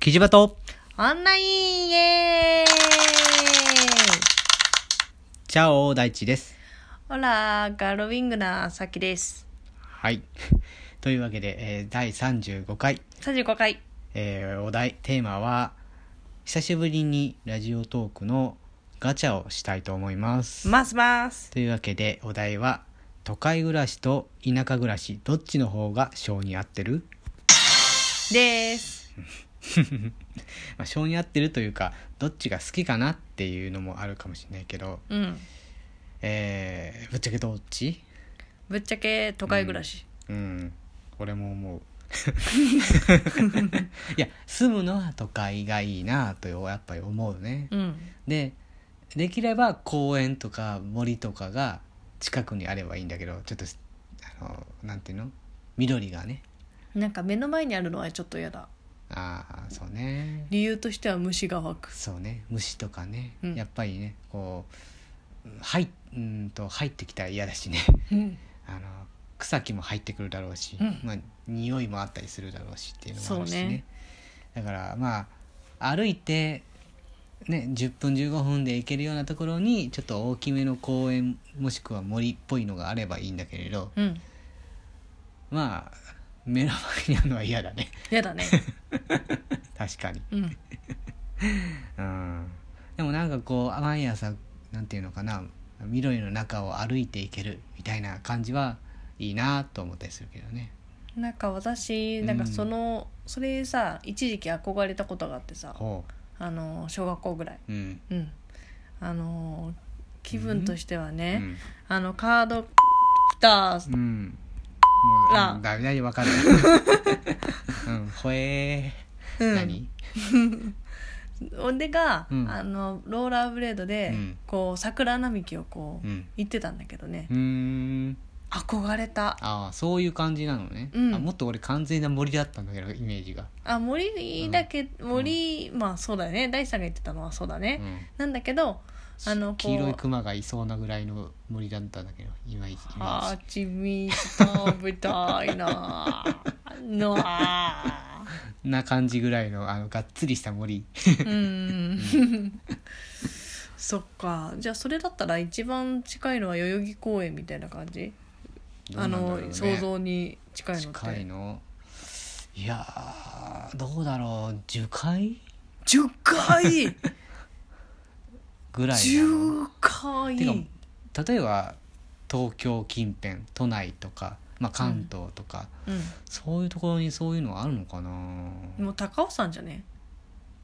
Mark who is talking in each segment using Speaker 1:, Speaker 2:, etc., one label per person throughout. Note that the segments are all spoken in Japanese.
Speaker 1: キジバト
Speaker 2: オンラインイエーイ
Speaker 1: チャオ大地です。
Speaker 2: ほら、ガロウィングなさきです。
Speaker 1: はい。 というわけで、えー第35回、
Speaker 2: 35回。
Speaker 1: えーお題、テーマは、久しぶりにラジオトークのガチャをしたいと思います。
Speaker 2: ますます。
Speaker 1: というわけで、お題は、都会暮らしと田舎暮らし、どっちの方が性に合ってる
Speaker 2: です。
Speaker 1: まあ、性に合ってるというか、どっちが好きかなっていうのもあるかもしれないけど、
Speaker 2: うん。
Speaker 1: えーぶっちゃけどっち
Speaker 2: ぶっちゃけ都会暮らし。
Speaker 1: うん俺も思ういや住むのは都会がいいなとやっぱり思うね、
Speaker 2: うん。
Speaker 1: でできれば公園とか森とかが近くにあればいいんだけどちょっとあのなんていうの緑がね
Speaker 2: なんか目の前にあるのはちょっと嫌だ。
Speaker 1: ああそうね
Speaker 2: 理由としては虫が湧く。
Speaker 1: そうね虫とかね、
Speaker 2: うん
Speaker 1: やっぱりねこう入うんと入ってきたら嫌だしね
Speaker 2: うん。
Speaker 1: あの草木も入ってくるだろうし、
Speaker 2: うん
Speaker 1: まあ、匂いもあったりするだろうしっていうのもあるし
Speaker 2: そ
Speaker 1: ね
Speaker 2: うね
Speaker 1: だからまあ歩いて、ね、10分15分で行けるようなところにちょっと大きめの公園もしくは森っぽいのがあればいいんだけれど
Speaker 2: うん。
Speaker 1: まあ目の前にあるのは嫌だね
Speaker 2: 嫌だね。
Speaker 1: 確かに。
Speaker 2: うん。
Speaker 1: うん、でもなんかこう毎朝なんていうのかな緑の中を歩いていけるみたいな感じはいいなと思ったりするけどね。
Speaker 2: なんか私、なんかその、それさ、一時期憧れたことがあってさ、
Speaker 1: ほ
Speaker 2: あの、小学校ぐらい。
Speaker 1: ううん
Speaker 2: うん。あの、気分としてはね、
Speaker 1: うん
Speaker 2: あの、カー ド、だ
Speaker 1: うん。もう、
Speaker 2: ら
Speaker 1: うん、だいたいわかる。 うん、ほえ
Speaker 2: う
Speaker 1: ー。
Speaker 2: ん、
Speaker 1: 何
Speaker 2: 俺が、
Speaker 1: うん
Speaker 2: あのローラーブレードで、
Speaker 1: うん
Speaker 2: こう桜並木をこう、
Speaker 1: うん。
Speaker 2: 行ってたんだけどね、
Speaker 1: うーん。
Speaker 2: 憧れた
Speaker 1: ああ、そういう感じなのね。
Speaker 2: うん
Speaker 1: あもっと俺完全な森だったんだけど、イメージが。
Speaker 2: あ森だけ、
Speaker 1: ん
Speaker 2: 森まあそうだよね大地さんが言ってたのはそうだ
Speaker 1: う
Speaker 2: ね、
Speaker 1: ん。
Speaker 2: なんだけどあのこう
Speaker 1: 黄色いクマがいそうなぐらいの森だったんだけど、イメージ。イメー
Speaker 2: はちみつ食べたいなのあ
Speaker 1: ジな感じぐらいの、あの、がっつりした森。
Speaker 2: うんそっかじゃあそれだったら一番近いのは代々木公園みたいな感じ
Speaker 1: どうな
Speaker 2: あ
Speaker 1: んだろ
Speaker 2: の
Speaker 1: うね
Speaker 2: 想像に近いのって
Speaker 1: 近いの。いやー、どうだろう、樹海
Speaker 2: 10回
Speaker 1: ぐらいなの。
Speaker 2: 10回
Speaker 1: てか例えば東京近辺都内とか、まあ、関東とか、
Speaker 2: う
Speaker 1: そういうところにそういうのあるのかな、
Speaker 2: んもう高尾山じゃね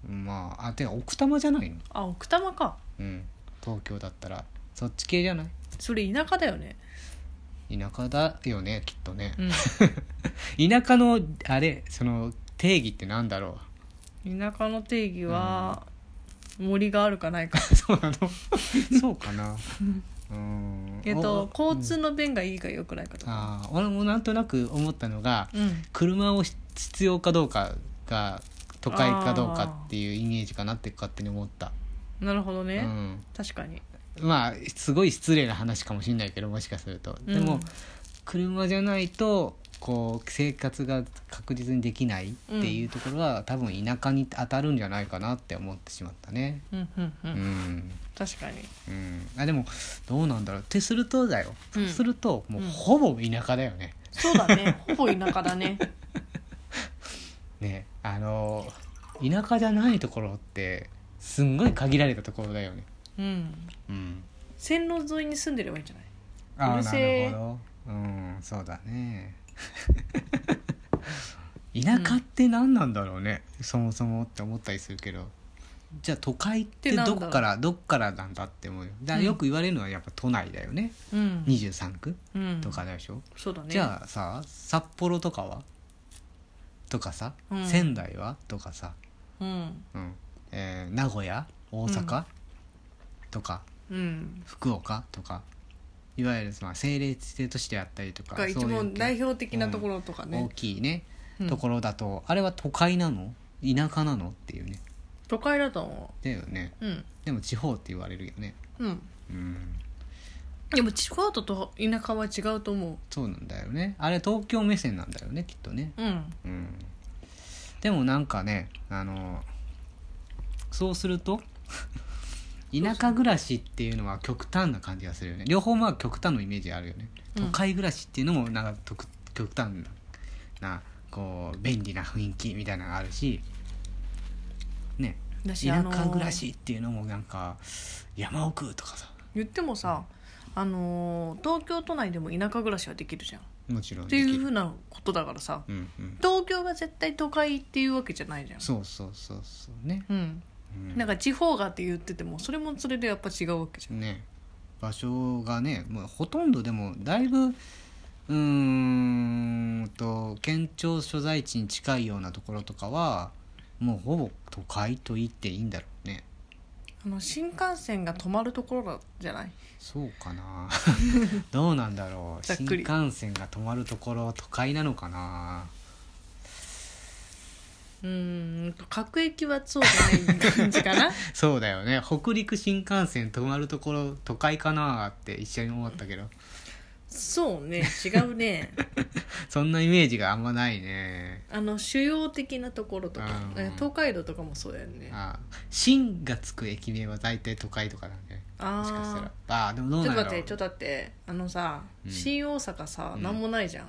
Speaker 1: まああてか奥多摩じゃないの、
Speaker 2: あ奥多摩か
Speaker 1: うん、東京だったらそっち系じゃない
Speaker 2: それ田舎だよね
Speaker 1: 田舎だよねきっとね、
Speaker 2: う
Speaker 1: 田舎のあれその定義ってなんだろ
Speaker 2: ん田舎の定義は森があるかな いか
Speaker 1: うそうな のそうかなうん
Speaker 2: えっと
Speaker 1: お
Speaker 2: 交通の便がいいかよくないかとか
Speaker 1: ああ俺もなんとなく思ったのが、
Speaker 2: うん
Speaker 1: 車をし必要かどうかが都会かどうかっていうイメージかなって勝手に思った、
Speaker 2: なるほど
Speaker 1: う
Speaker 2: ね
Speaker 1: ん、
Speaker 2: 確かに
Speaker 1: まあすごい失礼な話かもしれないけどもしかするとでも、
Speaker 2: うん
Speaker 1: 車じゃないとこう生活が確実にできないっていうところは、多分田舎に当たるんじゃないかなって思ってしまったね
Speaker 2: うんうんう
Speaker 1: うんん、
Speaker 2: 確かに
Speaker 1: うん、あでもどうなんだろうってするとだよ、
Speaker 2: うん
Speaker 1: するともううんほぼ田舎だよね
Speaker 2: そうだ ねほぼ田舎だね
Speaker 1: ねあの田舎じゃないところってすんごい限られたところだよね
Speaker 2: うん
Speaker 1: うん
Speaker 2: 線路沿いに住んでればいいんじゃない
Speaker 1: あ
Speaker 2: う
Speaker 1: あ
Speaker 2: る
Speaker 1: な
Speaker 2: せえ
Speaker 1: るほどうんそうだね 田舎って何なんだろうね、そもそもって思ったりするけどじゃあ都会って
Speaker 2: ってなんだ
Speaker 1: ど
Speaker 2: ろう
Speaker 1: っからどっからなんだって思うよだからよく言われるのはやっぱ都内だよね、
Speaker 2: うん
Speaker 1: 23区
Speaker 2: うん
Speaker 1: とかでしょ、
Speaker 2: そうだね
Speaker 1: じゃあさ札幌とかはとかさ、
Speaker 2: うん
Speaker 1: 仙台はとかさ、
Speaker 2: うん
Speaker 1: うんえー名古屋大阪、とか
Speaker 2: うん
Speaker 1: 福岡とかいわゆるまあ政令指定都市であったりとか
Speaker 2: が
Speaker 1: そ
Speaker 2: 一
Speaker 1: ういう
Speaker 2: 番代表的なところとかね
Speaker 1: 大きいね、
Speaker 2: うん
Speaker 1: ところだとあれは都会なの田舎なのっていうね
Speaker 2: 都会だと思
Speaker 1: だよね
Speaker 2: ううん
Speaker 1: でも地方って言われるよね
Speaker 2: うん
Speaker 1: うん
Speaker 2: でも地方と田舎は違うと思
Speaker 1: そうなんだよねあれ東京目線なんだよねきっとね
Speaker 2: ううん
Speaker 1: うんでもなんかねあのそうすると 田舎暮らしっていうのは極端な感じがするよね両方まあ極端のイメージあるよね
Speaker 2: うん
Speaker 1: 都会暮らしっていうのもなんか極極端なこう便利な雰囲気みたいなのがあるしね
Speaker 2: だし
Speaker 1: 田
Speaker 2: あの
Speaker 1: 舎暮らしっていうのもなんか山奥とかさ
Speaker 2: 言ってもさあのー東京都内でも田舎暮らしはできるじゃんっ
Speaker 1: もちろん
Speaker 2: て
Speaker 1: で
Speaker 2: い
Speaker 1: き
Speaker 2: うふう
Speaker 1: る
Speaker 2: なことだからさ
Speaker 1: うんうん
Speaker 2: 東京が絶対都会っていうわけじゃないじゃん
Speaker 1: そうそうそうそうね、
Speaker 2: うん
Speaker 1: うん
Speaker 2: なんか地方がって言っててもそれもそれでやっぱ違うわけじゃん
Speaker 1: ね場所がねもうほとんどでもだいぶうーんと県庁所在地に近いようなところとかはもうほぼ都会と言っていいんだろうね
Speaker 2: あの新幹線が止まるところだじゃない
Speaker 1: そうか などうなんだろう
Speaker 2: ざっ
Speaker 1: 新
Speaker 2: くり
Speaker 1: 幹線が止まるところ都会なのかな
Speaker 2: うーんと各駅はそうじゃない感じかな
Speaker 1: そうだよね北陸新幹線止まるところ都会かなって一緒に思ったけど
Speaker 2: そうね違うね
Speaker 1: そんなイメージがあんまないね
Speaker 2: あの主要的なところとか
Speaker 1: うん
Speaker 2: え東海道とかもそうだよね
Speaker 1: ああ新がつく駅名は大体都会とかなんで
Speaker 2: あ
Speaker 1: もしかしたら
Speaker 2: あ
Speaker 1: ああでもど
Speaker 2: ー
Speaker 1: う
Speaker 2: ちょ
Speaker 1: なんだ
Speaker 2: っと待っ
Speaker 1: ろ
Speaker 2: てちょ
Speaker 1: う
Speaker 2: っと待ってあのさ、
Speaker 1: うん
Speaker 2: 新大阪さ
Speaker 1: うん
Speaker 2: 何もないじゃん、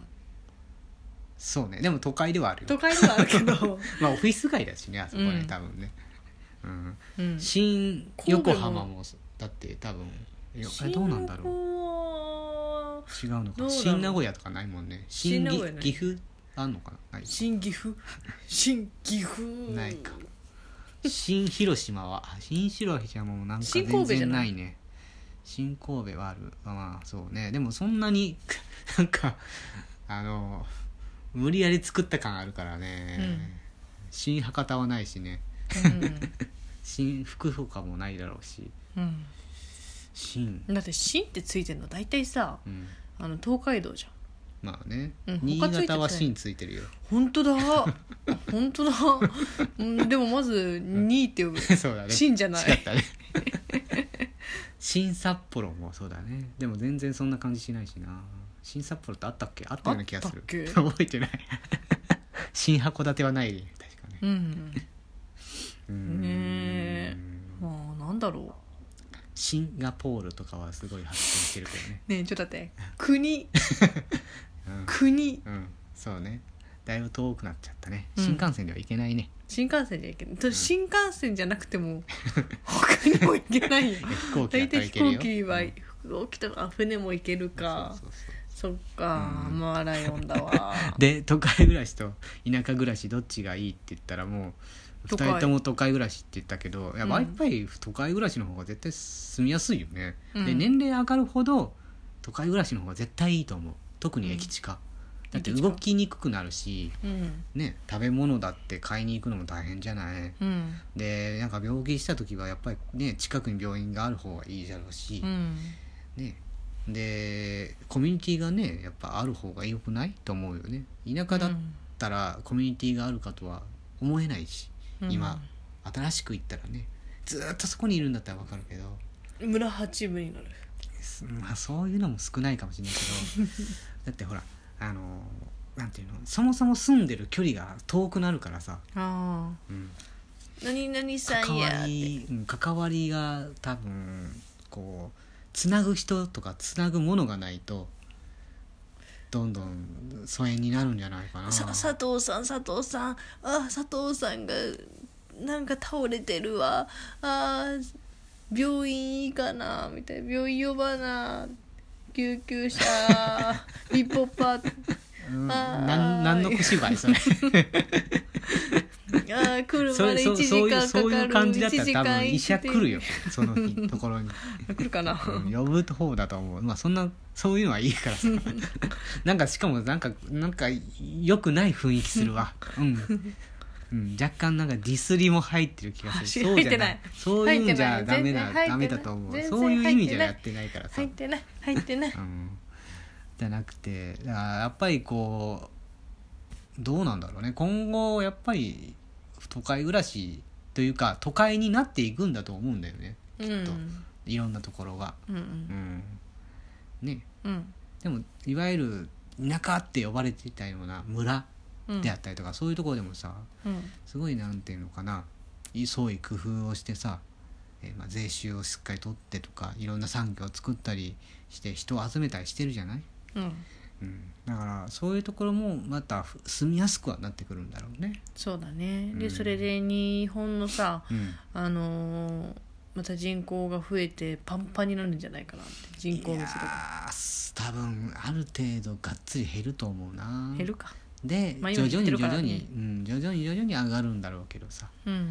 Speaker 1: そうねでも都会ではある
Speaker 2: 都
Speaker 1: よ
Speaker 2: 会ではあるけ ど、
Speaker 1: まあオフィス街だしねあそこね、
Speaker 2: うん
Speaker 1: 多分ね、うん、
Speaker 2: うん、
Speaker 1: 新
Speaker 2: 神戸も
Speaker 1: 横浜もだって多分よあれどうなんだろう
Speaker 2: ろう
Speaker 1: 違うのかな
Speaker 2: どうだろう
Speaker 1: 新名古屋とかないもんね新
Speaker 2: 新名
Speaker 1: ぎ
Speaker 2: 古屋ない
Speaker 1: 岐阜あんのかなない
Speaker 2: 新岐阜新岐阜
Speaker 1: ないか新広島はあ新広島もなんか
Speaker 2: 新
Speaker 1: 全
Speaker 2: 神戸じゃ
Speaker 1: 然
Speaker 2: な
Speaker 1: ないいね新神戸はあるまあそうねでもそんなに なんかあの無理やり作った感あるからね、
Speaker 2: うん
Speaker 1: 新博多はないしね
Speaker 2: う
Speaker 1: 新福岡もないだろうし
Speaker 2: ん、
Speaker 1: 新
Speaker 2: うん、だって「新」ってついてるの大体さ
Speaker 1: うん
Speaker 2: あの東海道じゃん
Speaker 1: まあね、
Speaker 2: うん
Speaker 1: 新
Speaker 2: 他ついてて
Speaker 1: 潟は新ついてるよ
Speaker 2: 本当だ本当だ、うん、でもまず「に」って呼ぶ
Speaker 1: そうだ
Speaker 2: 「
Speaker 1: ね
Speaker 2: 新」じゃない
Speaker 1: 違ったね新札幌もそうだねでも全然そんな感じしないしな新札幌ってあったっけあったような気がす
Speaker 2: あっ
Speaker 1: る
Speaker 2: たっけ
Speaker 1: 覚えてない新函館はないね確かね
Speaker 2: うん
Speaker 1: うーん
Speaker 2: ねえまあなんだろ
Speaker 1: シンガポールとかはすごい発展してるけどね
Speaker 2: うねえちょっと待って国
Speaker 1: うん
Speaker 2: 国
Speaker 1: うんそうねだいぶ遠くなっちゃったね
Speaker 2: うん
Speaker 1: 新幹線では行けないね、
Speaker 2: 新幹線じゃいけないそれ新幹線じゃなく ても他にも行けないよ
Speaker 1: 飛行機だ
Speaker 2: 大
Speaker 1: ったらい
Speaker 2: 体飛
Speaker 1: けるよ
Speaker 2: 行機は
Speaker 1: うん
Speaker 2: 飛行機とかあ船も行けるか
Speaker 1: そうそうそう
Speaker 2: そっか
Speaker 1: うん
Speaker 2: まあライオンだわ
Speaker 1: で都会暮らしと田舎暮らしどっちがいいって言ったらもう
Speaker 2: 都
Speaker 1: 2
Speaker 2: 会
Speaker 1: 人とも都会暮らしって言ったけどやっぱ
Speaker 2: うん
Speaker 1: やっぱり都会暮らしの方が絶対住みやすいよね、
Speaker 2: う ん
Speaker 1: で年齢上がるほど都会暮らしの方が絶対いいと思う特に駅近、だって
Speaker 2: 駅近
Speaker 1: 動きにくくなるし、
Speaker 2: うん
Speaker 1: ね、食べ物だって買いに行くのも大変じゃない
Speaker 2: うん
Speaker 1: でなんか病気した時はやっぱりね近くに病院がある方がいいだろうし
Speaker 2: う、ん
Speaker 1: ねでコミュニティがねやっぱある方が良くないと思うよね田舎だっったらコミュニティがあるかとは思えないし
Speaker 2: うん
Speaker 1: 今新しく行ったらねずーっとそこにいるんだったら分かるけど、
Speaker 2: 村八分になる
Speaker 1: すまあ、そういうのも少ないかもしれないけど だってほらあのーなんていうのそもそも住んでる距離が遠くなるからさ、
Speaker 2: ああ
Speaker 1: うん
Speaker 2: 何々さ
Speaker 1: 関
Speaker 2: んや
Speaker 1: わ
Speaker 2: って
Speaker 1: りうん関わりが多分こうつなぐ人とかつなぐものがないとどんどん疎遠になるんじゃないかな。
Speaker 2: さ佐藤さん佐藤さんあ佐藤さんがなんか倒れてるわあー病院いいかなみたいな病院呼ばな救 急車リポパあ
Speaker 1: うん、
Speaker 2: あー
Speaker 1: なんなんの小芝居それ
Speaker 2: ー来る
Speaker 1: そ
Speaker 2: ま
Speaker 1: う
Speaker 2: で
Speaker 1: そ
Speaker 2: 1
Speaker 1: う
Speaker 2: 時
Speaker 1: そうい
Speaker 2: 間
Speaker 1: う
Speaker 2: かか
Speaker 1: そういう
Speaker 2: る
Speaker 1: 感じだった
Speaker 2: 1時
Speaker 1: ら多
Speaker 2: 間
Speaker 1: 分医者来るよその日ところに、
Speaker 2: 来るかな
Speaker 1: うん呼ぶ方だと思うまあそんなそういうのはいいから さなんかしかもなんかなんか良くない雰囲気するわうん、 うん、若干なんかディスりも入ってる気がするそう
Speaker 2: 入っ
Speaker 1: じ
Speaker 2: て
Speaker 1: ゃな
Speaker 2: ないい
Speaker 1: そういうんじゃ
Speaker 2: 入ってな
Speaker 1: ダ
Speaker 2: い
Speaker 1: メだ
Speaker 2: 全然入ってない
Speaker 1: ダメだと思う
Speaker 2: 全然
Speaker 1: そういう意味じゃ
Speaker 2: 入
Speaker 1: や
Speaker 2: ってない
Speaker 1: ってないからさ
Speaker 2: 入ってない入っ てない
Speaker 1: うんじゃなくてだからやっぱりこうどうなんだろうね今後やっぱり都会暮らしというか都会になっていくんだと思うんだよね
Speaker 2: うん
Speaker 1: といろんなところが。
Speaker 2: うんう
Speaker 1: うんんね、
Speaker 2: うん
Speaker 1: でもいわゆる田舎って呼ばれていたような村
Speaker 2: うん
Speaker 1: であったりとか、そういうところでもさ
Speaker 2: うん
Speaker 1: すごいなんていうのかない創意工夫をしてさ、えーまあ、税収をしっかり取ってとかいろんな産業を作ったりして人を集めたりしてるじゃない、
Speaker 2: うん
Speaker 1: うん、だからそういうところもまたふ住みやすくはなってくるんだろうね。
Speaker 2: そうだね
Speaker 1: う
Speaker 2: で
Speaker 1: ん
Speaker 2: それで日本のさ
Speaker 1: うん
Speaker 2: あのーまた人口が増えてパンパンになるんじゃないかなって人口
Speaker 1: い
Speaker 2: 密
Speaker 1: や
Speaker 2: 度が
Speaker 1: ー多分ある程度がっつり減ると思うな
Speaker 2: 減るか
Speaker 1: で、
Speaker 2: まあ今
Speaker 1: 徐々に
Speaker 2: 減ってる
Speaker 1: 徐
Speaker 2: から
Speaker 1: 々
Speaker 2: ね
Speaker 1: に、うん、徐々に徐々に上がるんだろうけどさ、
Speaker 2: うん
Speaker 1: うん、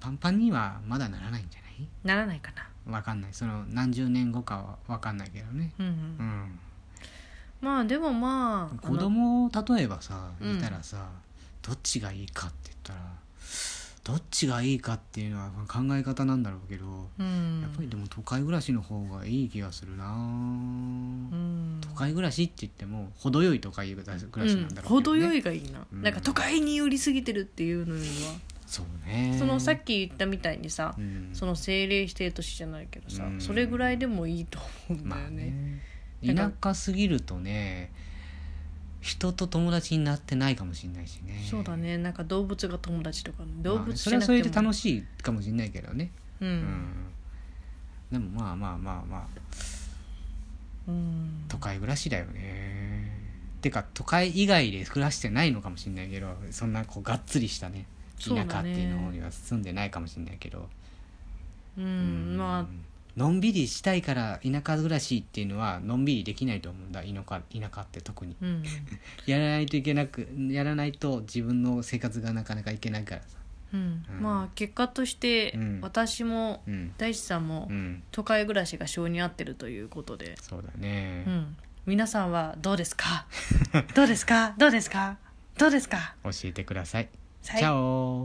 Speaker 1: パンパンにはまだならないんじゃない
Speaker 2: ならないかな
Speaker 1: わかんないその何十年後かはわかんないけどね、
Speaker 2: うんう
Speaker 1: うんん、
Speaker 2: まあでもまああ
Speaker 1: 子
Speaker 2: の
Speaker 1: 供を例えばさ
Speaker 2: うん
Speaker 1: いたらさ、どっちがいいかって言ったらどっちがいいかっていうのは考え方なんだろうけど、
Speaker 2: うん
Speaker 1: やっぱりでも都会暮らしの方がいい気がするな、
Speaker 2: うん
Speaker 1: 都会暮らしって言っても程よい都会暮らし暮らしなんだろうけど、
Speaker 2: 程
Speaker 1: ね
Speaker 2: よいがいいな、
Speaker 1: うん
Speaker 2: なんか都会に寄りすぎてるっていうのよりは、
Speaker 1: そうね
Speaker 2: そのさっき言ったみたいにさ、
Speaker 1: うん
Speaker 2: その政令指定都市じゃないけどさ、
Speaker 1: うん
Speaker 2: それぐらいでもいいと思うんだ
Speaker 1: ま
Speaker 2: よ
Speaker 1: あ
Speaker 2: ね,、
Speaker 1: ね
Speaker 2: だから
Speaker 1: 田舎すぎるとね人と友達になってないかもしれないしね
Speaker 2: そうだねなんか動物が友達とかね、
Speaker 1: ま
Speaker 2: 動
Speaker 1: あね
Speaker 2: 物
Speaker 1: そ
Speaker 2: し
Speaker 1: れは
Speaker 2: なく
Speaker 1: そ
Speaker 2: て
Speaker 1: れ
Speaker 2: も
Speaker 1: で楽しいかもしれないけどね
Speaker 2: う
Speaker 1: うん
Speaker 2: ん、
Speaker 1: でもまあまあまあまあ
Speaker 2: うん
Speaker 1: 都会暮らしだよねてか都会以外で暮らしてないのかもしれないけどそんなこうがっつりしたね田
Speaker 2: そうだね
Speaker 1: 舎っていうのには住んでないかもしれないけど
Speaker 2: うん
Speaker 1: うん
Speaker 2: ま
Speaker 1: のんびりしたいから田舎暮らしっていうのはのんびりできないと思うんだ田舎田舎って特に
Speaker 2: あうん
Speaker 1: やらないといけなくやらないと自分の生活がなかなかいけないからさ
Speaker 2: うん
Speaker 1: うん
Speaker 2: まあ結果として、
Speaker 1: うん
Speaker 2: 私も
Speaker 1: うん
Speaker 2: 大志さんも、
Speaker 1: うん
Speaker 2: 都会暮らしが性に合ってるということで、
Speaker 1: そうだね、
Speaker 2: うん、皆さんはどうですかどうですかどうですかどうですか
Speaker 1: 教えてください、
Speaker 2: さい
Speaker 1: チャオ